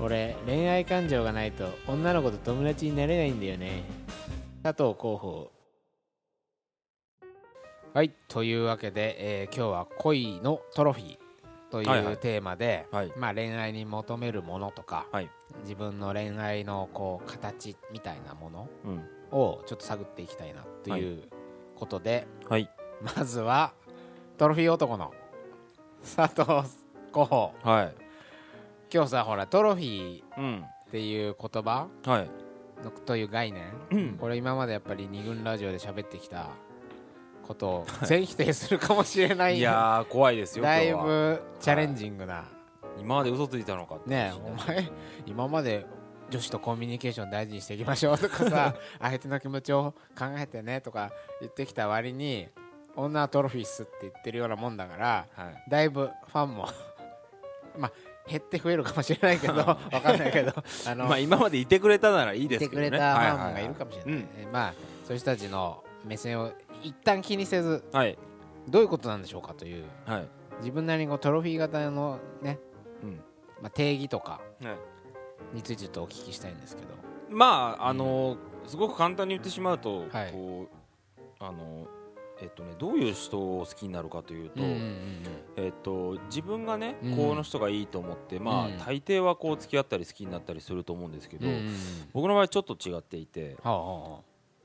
俺恋愛感情がないと女の子と友達になれないんだよね佐藤候補はいというわけで、えー今日は「恋のトロフィー」といはいはういテーマで、はいまあ、恋愛に求めるものとか、はい自分の恋愛のこう形みたいなものうんをちょっと探っていきたいなということで、はいまずはトロフィー男の佐藤候補はい今日さほらトロフィーうんっていう言葉はいのという概念、これ今までやっぱり二軍ラジオで喋ってきたことを全否定するかもしれないいやー怖いですよだい今日はぶチャレンジングな、今まで嘘ついたのかってねえ話におなる前今まで女子とコミュニケーション大事にしていきましょうとかさ相手の気持ちを考えてねとか言ってきた割に女はトロフィーっすって言ってるようなもんだからはいだいぶファンも まあ減って増えるかもしれないけどわかんないけどあのまあ今までいてくれたならいい来でてすけくどねれたファンがいるかもしれない、うんえーまあそういう人たちの目線を一旦気にせずはいどういうことなんでしょうかというはい自分なりにこうトロフィー型のね、うんまあ、定義とかはいについてちょっとお聞きしたいんですけどまああのーすごく簡単に言ってしまうとはいこうあのーえっとねどういう人を好きになるかというとうんうんえっと自分がねうんこの人がいいと思ってまうんあ大抵はこう付き合ったり好きになったりすると思うんですけうんうどんうんうん僕の場合ちょっと違っていてはあはあ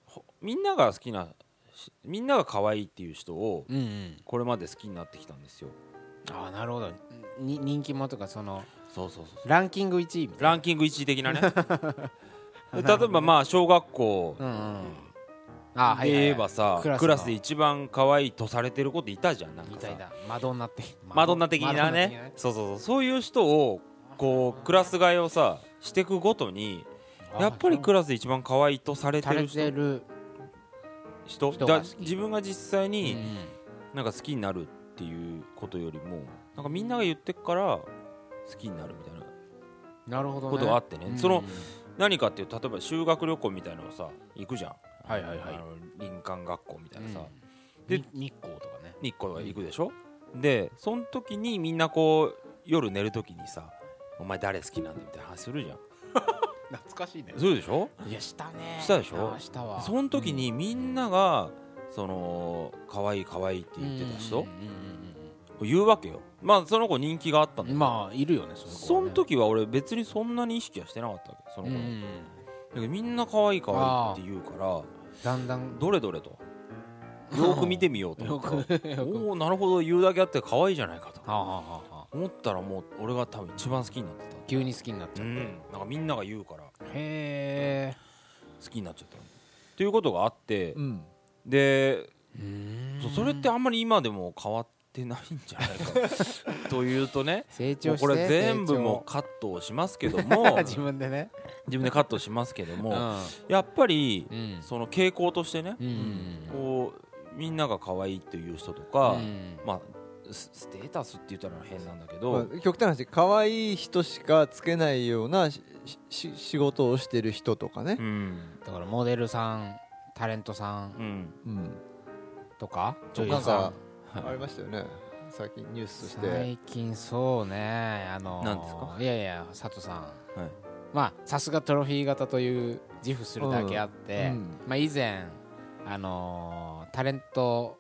ほみんなが好きなしみんなが可愛いっていう人をうんうんこれまで好きになってきたんですよああなるほどに人気もとかそのそうそうそうランキング1位みたいランキング1位 的なね例えばまあ小学校なうんうんああはでいはい言えはばさクラスのクラスで一番可愛いとされてる子っていたじゃんなんいかみさたいだマドンナ的マドンナ的なマドンナ的ねそうそうそうそういう人をこうクラス替えをさしていくごとにやっぱりクラスで一番可愛いとされさてれるて人る人人がだ好き自分が実際うんうにんなんか好きになるっていうことよりもなんかみんなが言ってっから好きになるみたいななるほどねことがあってねうんうんその何かっていうと例えば修学旅行みたいなのをさ行くじゃんはいはいはいあの林間学校みたいなさ、でで日光とかね日光が行くでしょ、でその時にみんなこう夜寝る時にさ「お前誰好きなんだ」みたいな話するじゃん懐かしいねそうでしょいやしたねしたでしょあーしたわその時にみんながその可愛い可愛いって言ってた人うんうん言うわけよまあその子人気があったんうんうだけんどまあいるよねそのそ子はのね時は俺別にそんなに意識はしてなかったわけそのう子んうの、んだけどみんな可愛い可愛いって言うからだんだんどれどれとよく見てみようと思って おおなるほど言うだけあって可愛いじゃないかとはあはあはあはあ思ったらもう俺が多分一番好きになってた急に好きになっちゃうっんなんかみんなが言うからたへえ好きになっちゃったっていうことがあってうんでうんそそれってあんまり今でも変わってないんじゃない かというとね成も長うしてこれ全部成長もうカットをしますけども 自分でね自分でカットしますけどうもんやっぱりうんその傾向としてねうんこうみんなが可愛いっていう人とかうんまあスステータスって言ったら変なんだけまどあ極端な話可愛い人しかつけないようなしし仕事をしてる人とかねう、んだからモデルさんタレントさんうんうんとかちょ女優さんはいありましたよね最近ニュースとして最近そうねあのーなんですかいやいや佐藤さん、はいまあさすがトロフィー型という自負するだけあって、うんうんまあ、以前あのータレント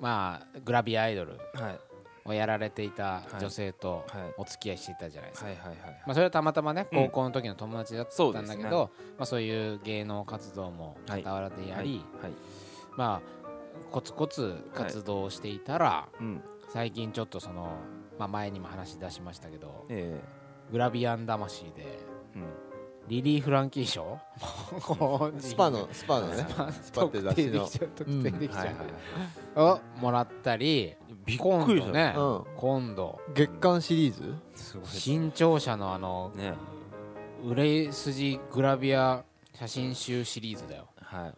まあグラビアアイドルはいをやられていたい女性とはいお付き合いしていたじゃないですか、はいはいはいまあ、それはたまたまねうん高校の時の友達だったんだけど、そまあ、そういう芸能活動もはい傍らでやり、はいまあコツコツ活動をしていたら、うん最近ちょっとその、まあ、前にも話し出しましたけどえグラビアン魂でえうんリリー・フランキー賞もうスパのスパのねスパって特雑誌定でのきちゃう特定できちゃはういはいはいをもらったりびっ今くりし度たね、うん今度月刊シリーズすごいです新潮社のあのね売れ筋グラビア写真集シリーズだよはい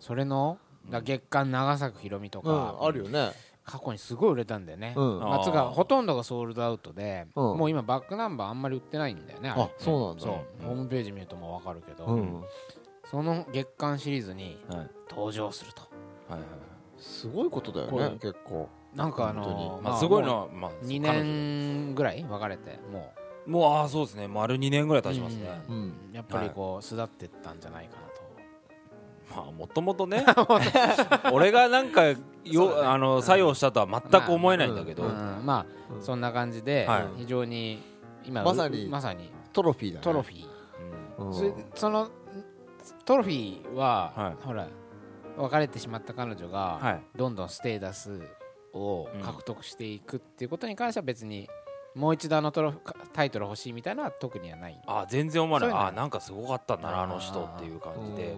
それのだ月刊長作ひろみとか、うんあるよね過去にすごい売れたんだよね、うんあまあつうかほとんどがソールドアウトで、うんもう今バックナンバーあんまり売ってないんだよねれあそうなんだそう、ホームページ見るともうわかるけど、うんその月間シリーズにはいはい登場するとはいすごいことだよこれね結構なんかあ本当のまあすごいのもはまあう2彼女年ぐらい別れてももうああそうですね丸2年ぐらい経ちますね、うんうんやっぱりこう巣立ってったんじゃないかなとまあもとも とね俺がなんかよ、あの作用したとは全く思えないんだけど、ううんまあうんそんな感じではい非常に今まさにまさにトロフィーだねトロフィーうんそれそのトロフィーは、はほら別れてしまった彼女が、はいどんどんステータスを獲得していくっていうことに関しては別にもう一度あのトロフタイトル欲しいみたいなのは特にはないああ全然思わないそういうのああなんかすごかったんだなあの人っていう感じで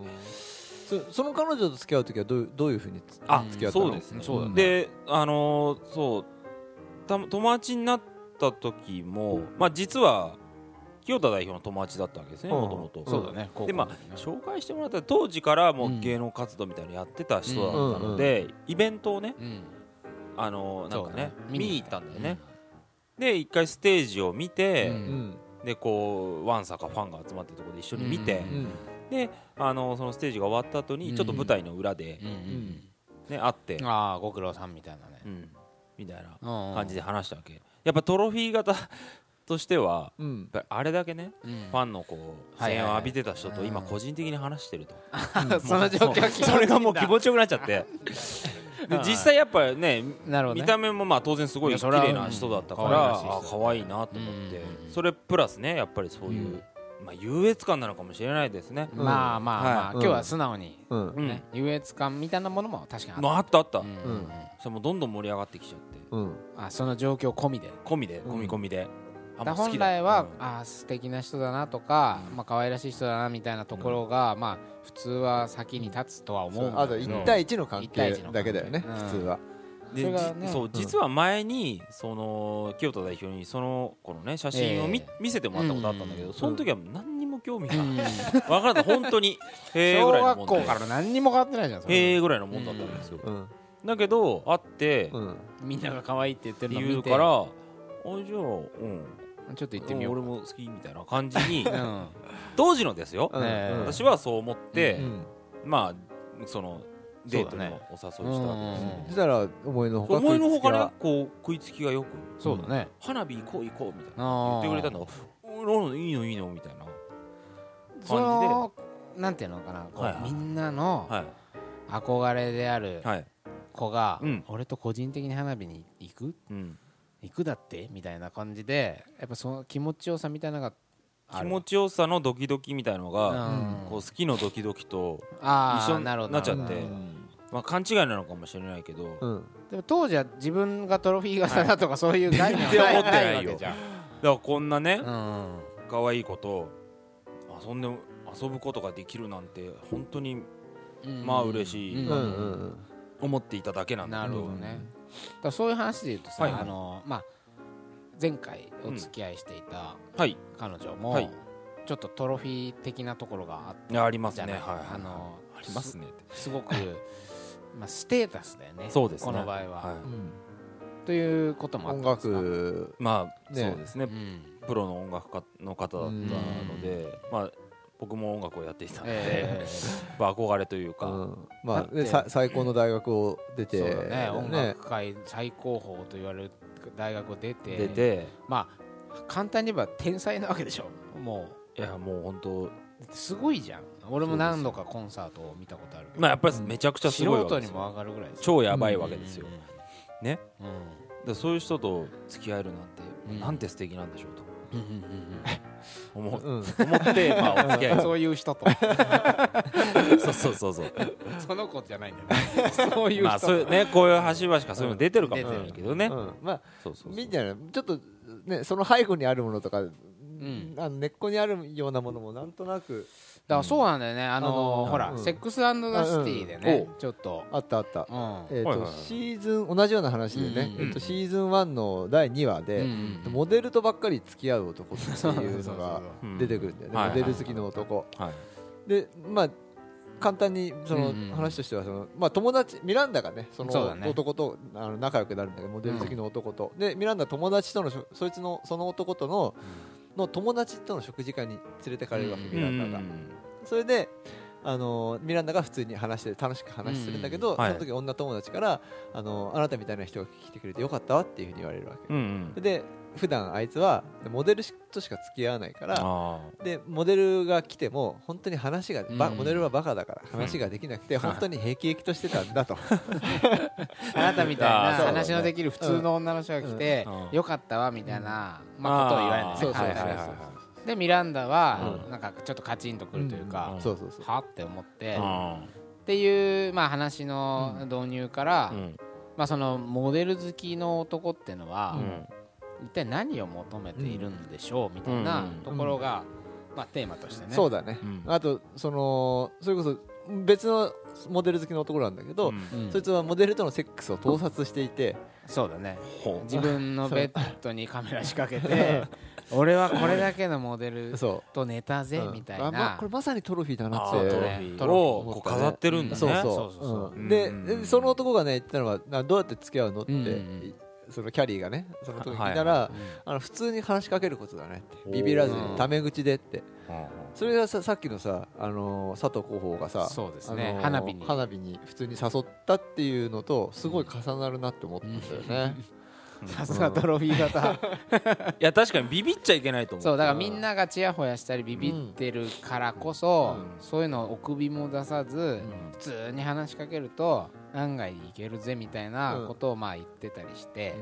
うんそその彼女と付き合う時はどうどういうふうにつあ付き合ったのそうですねそうだねであのーそうた友達になった時もまあ実は清田代表の友達だったわけですねうんもともとそうだねでまあ紹介してもらった当時からもう芸能活動みたいなのやってた人だったのでイベントをねうんあのーなんかそねうだね見に行ったんだよねで一回ステージを見てうんうんでこうワンサかファンが集まってるところで一緒に見てううんんであのーそのステージが終わった後うにんちょっと舞台の裏でうんうんね会ってうんああご苦労さんみたいなねうんみたいな感感じで話したわけやっぱトロフィー型 としてはうんやっぱりあれだけねうんファンのこうはいは声い援はいを浴びてた人と今うん個人的に話してると その状況は気持ちいいんだそれがもう気持ちよくなっちゃって で実際やっぱねなるほどね見た目もまあ当然すごいいや綺それは麗な人だったからうん可愛らしい人あ可愛いなと思ってうんそれプラスねやっぱりそういうまあ優越感なのかもしれないですねうんまあまあまあはい今日は素直にうんうんね優越感みたいなものも確かにまあっああったあったたうんうんうんそれもどんどん盛り上がってきちゃってうんあその状況込みで込みでうん込み込みであもう好本きだ来は、うんあー素敵な人だなとか、まあ可愛らしい人だなみたいなところが、まあ普通は先に立つとは思うんあだとけど1対1の関一対係一の関係だけだよねうん普通はでそれがねじそう実は前にその清田代表にその子のね写真を見,、ええ見せてもらったことあったんだけど、うんその時は何にも興味が、うん分からなかった本 当にへえぐ小らいの学もんで校から何にも変わってないじゃんそれへえぐらいのもんだったんですよ、うんだけど会って、うっんみんなが可愛いって言っててるの言見うてからあじゃあうんちょっと行ってみよう俺も好きみたいな感じにうん当時のですよ、うんねえうん私はそう思って、うんまあそのデートそうのだねお誘いしたわけですよ、うんそしたら思いのほか思いのほか食ねつこう食いつきがよくそうだね、花火行こう行こうみたいな言あっーてくれたのうんいいのいいのみたいなそのなんていうのかなこう、はいはいみんなのはい憧れであるはい子が、うん俺と個人的に花火に行くうん行くだってみたいな感じでやっぱその気持ちよさみたいなのがあ気る持ちよさのドキドキみたいのがうんこう好きのドキドキとあー一緒になるほどなっちゃるほっどてまあ勘違いなのかもしれない けどだかうんでも当時は自分がトロフィー型だとかそういう概念は全然な思いってないよわけじゃんらこんなねうん可愛い子と遊んで遊ぶことができるなんて本当にうんまあ嬉しいうんうんうん思っていただけなんなだるけほどどねだからそういう話で言うとさはいはいあのまあ前回お付き合いしていたはい彼女はもいちょっとトロフィー的なところがあっありまたすじゃねなはいいはいあのありますねってすごく まあステータスだよねそうですねこの場合ははいということもあっ音たんですか楽まあねそうですねうんプロの音楽家の方だったので、まあ、僕も音楽をやっていたので、えまあ、 憧れというか、うんまあだっねてさ最高の大学を出えてそうだね音楽界最高峰と言われる大学を出て出てまあ簡単に言えば天才なわけでしょもいやもう本当、うすごいじゃん俺も何度かコンサートを見たことあるけど、まあ、やっぱりめちゃくちゃすごい素わけ人でにすよも上がるぐらいです超やばいわけですよ、ねうんだからそういう人と付き合えるなんて、うんなんて素敵なんでしょうとうんうんうん思ううん思って、まあ、お付きうん合 いそういう人とそうそうそうそうその子じゃないんだよね そういう人と、まあそういうねこういう端々からそういうの出てるかもしうんれないけどね、うんまあそうそうそうみたいなちょっとねその背後にあるものとかんあの根っこにあるようなものもなんとなくだからそうなんだよねあのーあのーほら、うんセックスザ・シティでね、うちょっと、あったあったうんえはいーとはいはいシーズン同じような話でねうんうんうんえーとシーズン1の第2話うんうでんうんモデルとばっかり付き合う男っていうのがうん出てくるんだよねはいモデル好きの男はいでまあ簡単にそうんうんうんの話としてはそのまあ友達ミランダがねそそうだねの男とあの仲良くなるんだけどモデル好きの男とでミランダ友達とのしょそいつのその男とのの友達との食事会に連れてかれるわけうんミランダがそれであのミランダが普通に話して楽しく話するんだけどうんうんその時女友達からあのあなたみたいな人が来てくれてよかったわっていうふうに言われるわけうんうんで普段あいつはモデルとしか付き合わないからあでモデルが来ても本当に話が、ばうんモデルはバカだから話ができなくて、本当に平気としてたんだとあなたみたいなあーそうだね話のできる普通の女の人が来てうんうんよかったわみたいなまあことを言われるんですねそうそ簡う単にはいはいはいでミランダはうなんかちょっとカチンとくるといううかんそうそうそうはって思ってあっていうまあ話の導入からうんまあそのモデル好きの男ってのはうん一体何を求めているんでしょうみたいなうんところがまあテーマとしてねそうだね、うんあとそのそれこそ別のモデル好きの男なんだけど、うんうんそいつはモデルとのセックスを盗撮していて、そうだねほう自分のベッドにカメラ仕掛けて俺はこれだけのモデルそと寝たう、ぜみたいあまなあこれまさにトロフィーだなあっそーうてトロフねィトーロフィーをこう飾ってるんだねそうそうそうそそうう、うんでうんでその男がね言ってたのはなどうやって付き合うのって、うんうんうんそのキャリーがねその時に聞いたら、はあの普通に話しかけることだねっておービビらずにうんタメ口でっうてんそれがささっきのさ、あのー佐藤候補がさそうですねあのー花火に花火に普通に誘ったっていうのとすごい重なるなって思ったんだよね、さすがトロフィー型いや確かにビビっちゃいけないと思うそうだからみんながちやほやしたりビビってるからこそ、うんそういうのをお首も出さず、ん普通に話しかけると案外いけるぜみたいなことをまあ言ってたりして、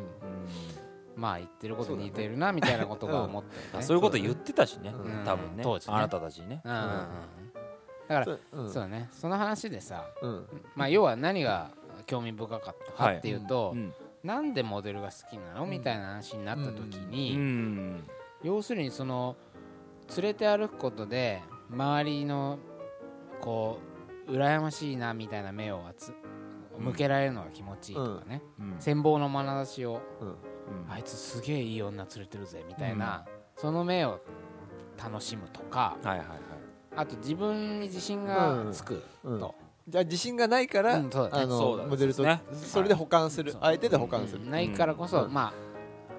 まあ言ってること似てるなみたいなことが思ってるね、あそういうこと言ってたしねうん多分ね当時ねあなたたちねうんうんうんだから、うんそうだねその話でさ、うんまあ、要は何が興味深かったかっていうと、うんなんでモデルが好きなのみたいな話になった時うに、ん要するにその連れて歩くことで周りのこう羨ましいなみたいな目をあつうん向けられるのが気持ちいいとかね、うん羨望の眼差しをうんあいつすげえいい女連れてるぜみたいな、その目を楽しむとかはいはいはい あと自分に自信がつくと、うんじゃあ自信がないから、うんそうだねあそうのだねモデルとそうですねそれで保管する、はい相手で保管する、うんないからこそ、うんまあ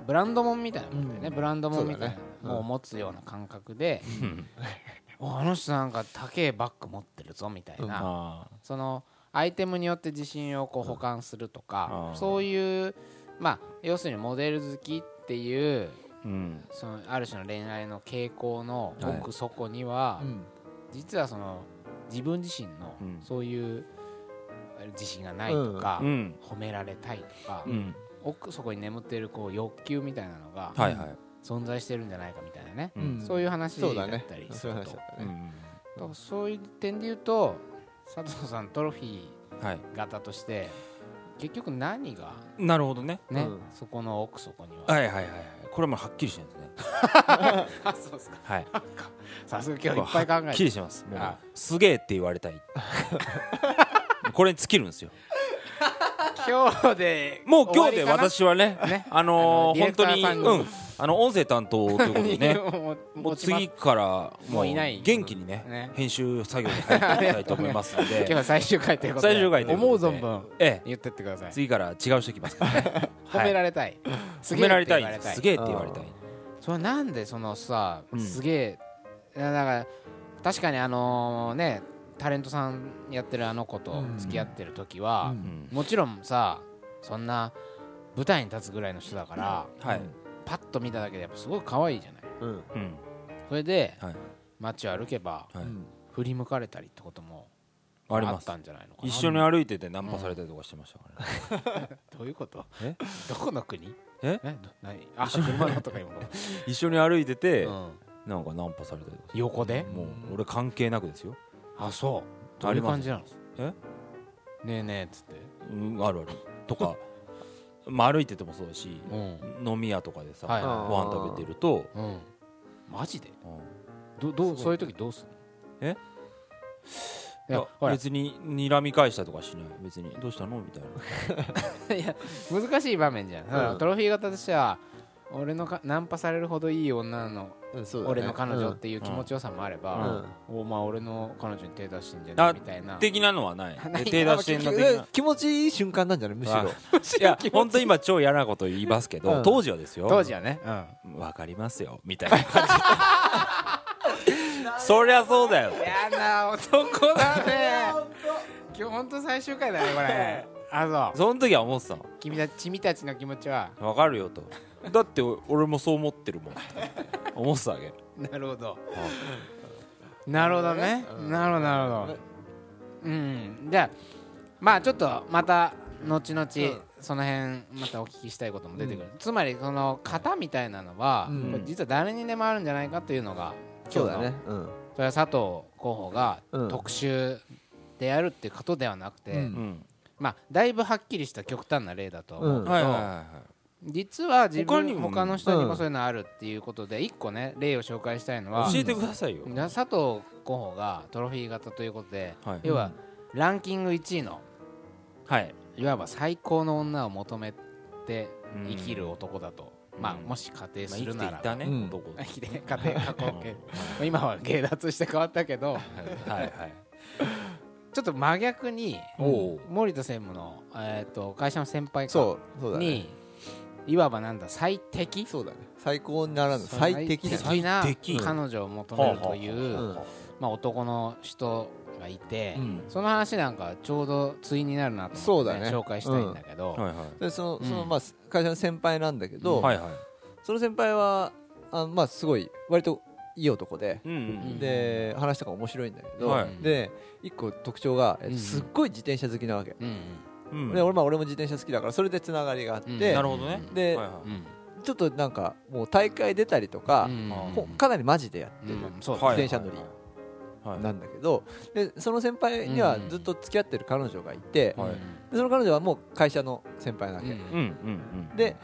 ブランドもんみたいなもんだよね、うんブランドもんみたいそうだねうなんもう持つような感覚で、うんおあの人なんか高えバッグ持ってるぞみたいな、あそのアイテムによって自信をこう保管するとか、うんそういうまあ要するにモデル好きっていうーうんそのある種の恋愛の傾向のはい奥底には、うん実はその自分自身のうんそういう自信がないとか、うん褒められたいとか、うん奥底に眠っているこう欲求みたいなのがはいはい存在してるんじゃないかみたいなね、うんうんそういう話だそっうだねたりすそうるいうと話だったうね、んだからそういう点で言うと佐藤さんトロフィはいー型として結局何がなるほどねね、うんそこの奥底には、はいはいはいはいこれはもうはっきりしてるんですねあ そうですかはいさすが今日いっぱい考はえってきるりしてますもうあすげえって言われたいこれに尽きるんですよ今日でもう今終わ日でりかな私はねねあのーあの本当にディレクターさんにうんあの音声担当ということ でねもうもう持ちま次からもういない元気にねね編集作業に入っていきたいと思います の今日では最終回ということで最終回という思うことで存分ええ言ってってください次から違う人来ますからね 褒めはいられたい、す褒げえめってられた言われいたいすげえって言われたいそれなんでそのさ、うんすげえいやだから確かにあのねタレントさんやってるあの子と付き合ってる時はう、うんもちろんさそんな舞台に立つぐらいの人だから、はいパッと見ただけでやっぱすごい可愛いじゃないうんうんそれで、はい街を歩けばはい振り向かれたりってこともありあまっすたんじゃないのかな一緒に歩いててナンパされたりとかしてましたからねどういうことえどこの国えど何あ車のとか今の、一緒に歩いててうんなんかナンパされたりとか横でもう俺関係なくですよあそうどういう感じなのえねえねえっつってうんあるあるとかまあ歩いててもそうだしうん飲み屋とかでさはいはいご飯食べてるとうんマジでうどんどうすごいそういう時どうすんのいえいややほらい別に睨み返したとかしない別にどうしたのみたいなや難しい場面じゃん、だからトロフィー型としては俺のかナンパされるほどいい女なの、うんそうだね俺の彼女っていう気持ちよさもあれうんば、お前俺の彼女に手出してんじゃないあみたいな的なのはないなでい手出してんの的うんな気持ちいい瞬間なんじゃないむしろあいや本当今超嫌なこと言いますけう どん当時はですよ当時はね、うんわかりますよみたいな感じ そりゃそうだよ嫌な男だね今日本当最終回だねこれあそうその時は思ってたの君たち君たちの気持ちはわかるよとだって俺もそう思ってるもん思ってたわけなるほどなるほどねうんなるほどなるほどうんじゃあまあちょっとまた後々んその辺またお聞きしたいことも出てくる、つまりその型みたいなのは、うんこれ実は誰にでもあるんじゃないかというのがそう今だ日のねうんそれは佐藤候補がうん特集でやるっていうことではなくて、うんんまあだいぶはっきりした極端な例だとは思うけど、はいはいは実は自分他にも他の人にもそういうのあるっていうことで一個ね例を紹介したいのはい教えてくださいよ、な佐藤候補がトロフィー型ということではい要はランキング1位のはいいわば最高の女を求めてうん生きる男だと、うんまあもし仮定ますあ生るきてないら、たね、うん男 生きて仮定過去形今は芸脱して変わったけどはい はいちょっと真逆におお森田専務の、えー、と会社の先輩かそうそうだねに、いわばなんだ最適そうだね最高にならぬ最適だね最適な最適彼女を求めるという、うんまあ、男の人がいて、うんその話なんかちょうど対になるなとそ思うってだね、ね紹介したいんだけど、はいはいでそのそのうんまあ会社の先輩なんだけどはいはいその先輩はあまあすごい割といい男でうんうんで話とか面白いんだけど、はいで一個特徴が、えっとうんすっごい自転車好きなわけ、うんうんで俺まあ俺も自転車好きだからそれでつながりがあって、うんなるほどねで、はいはいうんちょっとなんかもう大会出たりとか、うんこうかなりマジでやってうるんそう自転車乗りはいなんだけど、でその先輩にはずっと付き合ってる彼女がいて、はいでその彼女はもう会社の先輩なわうけ、んうんうんで、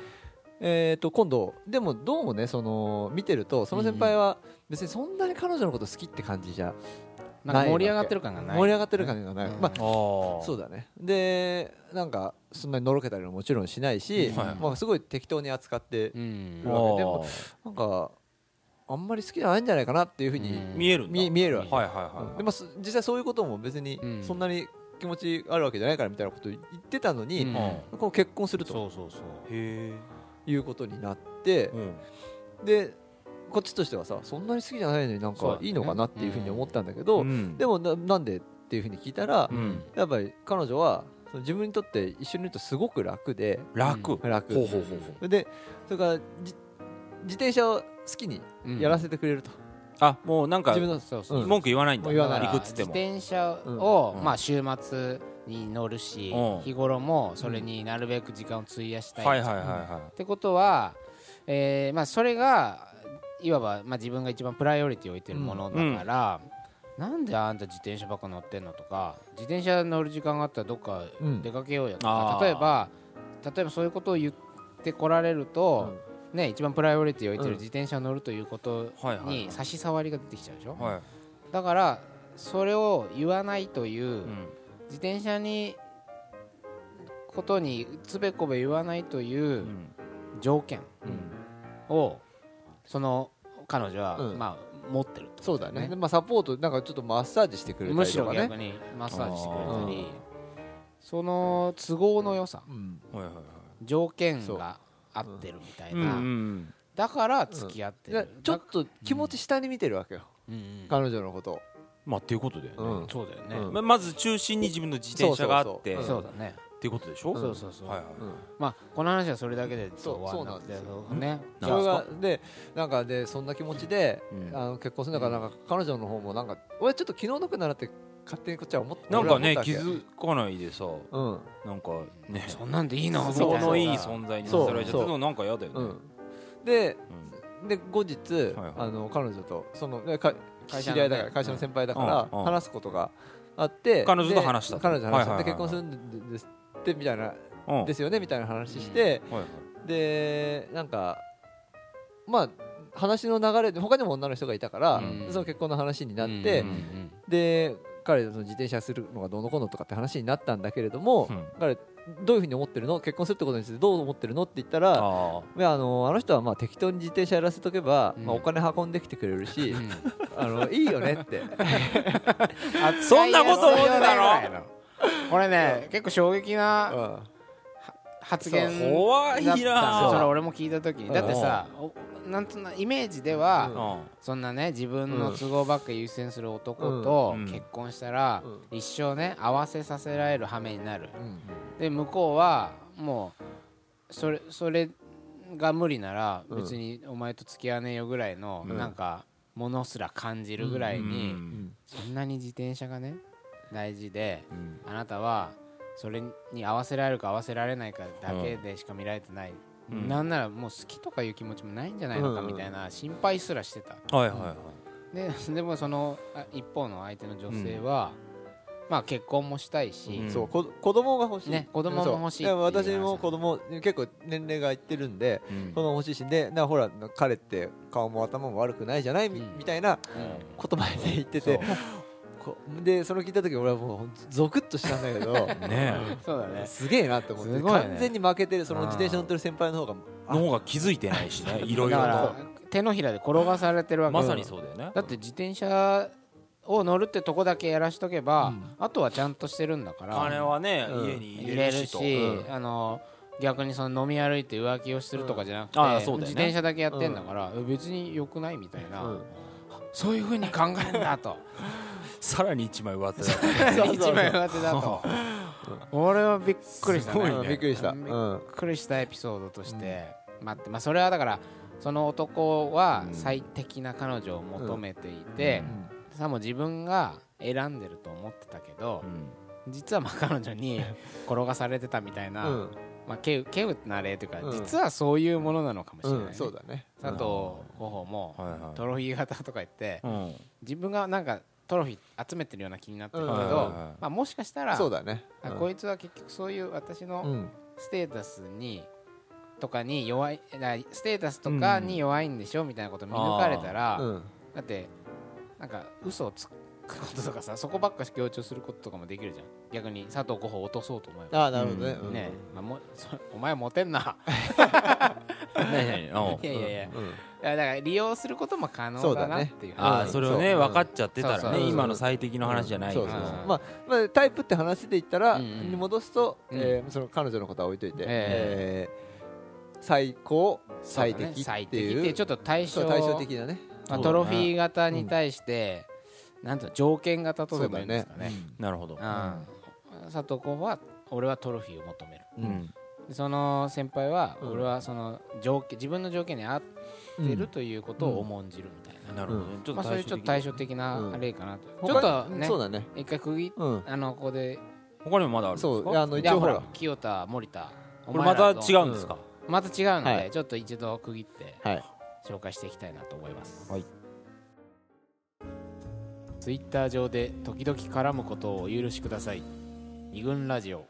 えー、と今度でもどうもねその見てるとその先輩は別にそんなに彼女のこと好きって感じじゃなんか盛り上がってる感がない盛り上がってる感じがない、うんまあああそうだだねでなんかそんなにのろけたりももちろんしないし、うんはいまあ、すごい適当に扱ってうんあーでもなんかあんまり好きじゃないんじゃないかなっていうふうにうん見えるんだ見見えるわけ、はいはいはいうんでまあす実際そういうことも別にうんそんなに気持ちあるわけじゃないからみたいなこと言ってたのに、うんうこう結婚するとそうそうそんへえいうことになってう、んでこっちとしてはさそんなに好きじゃないのになんそうだかねいいのかなっていうふうに思ったんだけど、うんでもななんでっていうふうに聞いたら、う、うんやっぱり彼女はその自分にとって一緒にいるとすごく楽で楽楽ほうほうほうほうでそれからじ自転車を好きにうんやらせてくれると、あもうなんか自分のそうそう、うん文句言わないんだもう言わないくっつっても自転車を、うんまあ、週末に乗るし、うん日頃もそれになるべく時間を費やしたい、はいっはいはいはてことは、えーまあ、それがいわば、まあ、自分が一番プライオリティを置いてるものだから、なんであんた自転車ばっか乗ってんのとか自転車乗る時間があったらどっかうん出かけようよとあか、ー例えば例えばそういうことを言ってこられると、ね、一番プライオリティを置いてるうん自転車乗るということいはいはいに差し障りが出てきちゃうでしょ、はいだからそれを言わないといううん自転車にことにつべこべ言わないといううん条件をその彼女はうんまあ持ってるそうだねねでまあ、サポートなんかちょっとマッサージしてくれたむりしとろかね逆にマッサージしてくれたうりんその都合の良さうんはいはいはい条件が合ってるみたいうんうんうなんだから付き合ってでるちょっと気持ち下に見てるわけうよ、んうん彼女のことを、まあっていうことだよねうんそうだよねうんままず中心に自分の自転車があってそうっそうだねていうことでしょそうそうそうはいはいうんまあこの話はそれだけで終わらなくてそうそねなそれがでなんかでそんな気持ちで、うんあの結婚するんだからなんか彼女の方もなんか俺ちょっと気の毒だなって勝手にこっちは思ってなんかね俺は思ったわけ気づかないでさうんなんかねそんなんでいいのみた都い合なのいい存在にさせられちゃってるのなんか嫌だよねううんんでで後日、はいはいあの彼女とそのねか会知社のねり合いだから会社の先輩だかうらんうん話すことがあって彼女とで話したと彼女と話したはいはいはいはいで結婚するんですってみたいなうんですよねみたいな話してはいはいでなんかまあ話の流れで他にも女の人がいたからうんその結婚の話になってうんうんで彼とその自転車するのがどうのこうのとかって話になったんだけれどもうん彼どういうふうに思ってるの結婚するってことについてどう思ってるのって言ったらあいやあのあの人はまあ適当に自転車やらせとけば、うんまあ、お金運んできてくれ るし、あのいいよねってあそんなこと思ってたろろこれね結構衝撃な発言そう怖いなだったそのうそれ俺も聞いた時にだってさおなんとなイメージでは、うんあそんなね自分の都合ばっか優先する男とうん結婚したら、う一生ね合わせさせられる羽目になるうんで向こうはもうそれそれが無理ならうん別にお前と付き合わねえよぐらいのうんなんかものすら感じるぐらいうんにそんなに自転車がね大事でうんあなたはそれに合わせられるか合わせられないかだけでしか見られてない、うんなんならもう好きとかいう気持ちもないんじゃないのかうんみたいな心配すらしてたはいはいはいででもそのあ一方の相手の女性は、まあ結婚もしたいし、うんそうこ子供が欲しい、ね子供も欲しいっていうそうでも私も子供結構年齢がいってるんでうん子供欲しいしでなほら彼って顔も頭も悪くないじゃないみ,、うんたいなうん言葉で言っててこでそれを聞いた時俺はもうほんとゾクッとしたんだけどねそうだ ねすげえなって思って、すごいね完全に負けてるその自転車乗ってる先輩の方がの方が気づいてない しねいろいだろからと手のひらで転がされてるわけまさにそうだよねだって自転車を乗るってとこだけやらしとけば、うんあとはちゃんとしてるんだから金はねうん家に入入れれるるしし、とうあの逆にその飲み歩いて浮気をするとかじゃなくて、うんああそうだよね自転車だけやってんだから、え別に良くないみたいな、うんそういうふうに考えるんだ とさらに一枚上手だそう一枚上手だ と俺はびっくりした、ねうんびっくりした、うんびっくりしたエピソードとして、待って、まあ、それはだからその男はうん最適な彼女を求めていて、さも自分が選んでると思ってたけど、実はまあ彼女 に転がされてたみたいな、うんまあ、けうけうな例というか、うん実はそういうものなのかもしれない、ねうんそうだね佐藤候補も、はいはいトロフィー型とか言って、うんはい自分がなんかトロフィー集めてるような気になってるけど、うんまあ、もしかしたらそうだねあこいつは結局そういう私うのんステータスに、とかに弱いなステータスとかに弱いんでしょみたいなこと見抜かれたら、うんだってなんか嘘をつくこととかさそこばっかし強調することとかもできるじゃん逆に佐藤候補を落とそうと思えばああなるほどね,うん、ねえ、まあ、も そお前モテんなねえねえお いやいやいやいうんうんやだから利用することも可能だなっていうそうだあ話あうんそれをねそう分かっちゃってたそらうそうねそう今の最適の話じゃないそうかそうそううんまあまあタイプって話で言ったら、うんうんに戻すと、うんえーその彼女のことは置いといて、ええー最高そう最だね適最って適いっうてちょっと対そ象う対照的だねまあそうだねトロフィー型に対して、なんていうの条件型とでも言うんですかねなるほどうん佐藤候補は俺はトロフィーを求めるううんんでその先輩はうん俺はその条件自分の条件に合っうてるんということを重んじるみたいな、なるほどねちょっまとあ、そういう対ちょ照っと対的だ照的うなんあれかなと、ち他にょっとねそうだね一回区切っうんあのここで他にもまだあるんですかそうあのい一やほ応ほらら清田森田おこれ前まらたの違うんですかまた違うので、はいちょっと一度区切ってはい紹介していきたいなと思いますはいツイッター上で時々絡むことをお許しください二軍ラジオ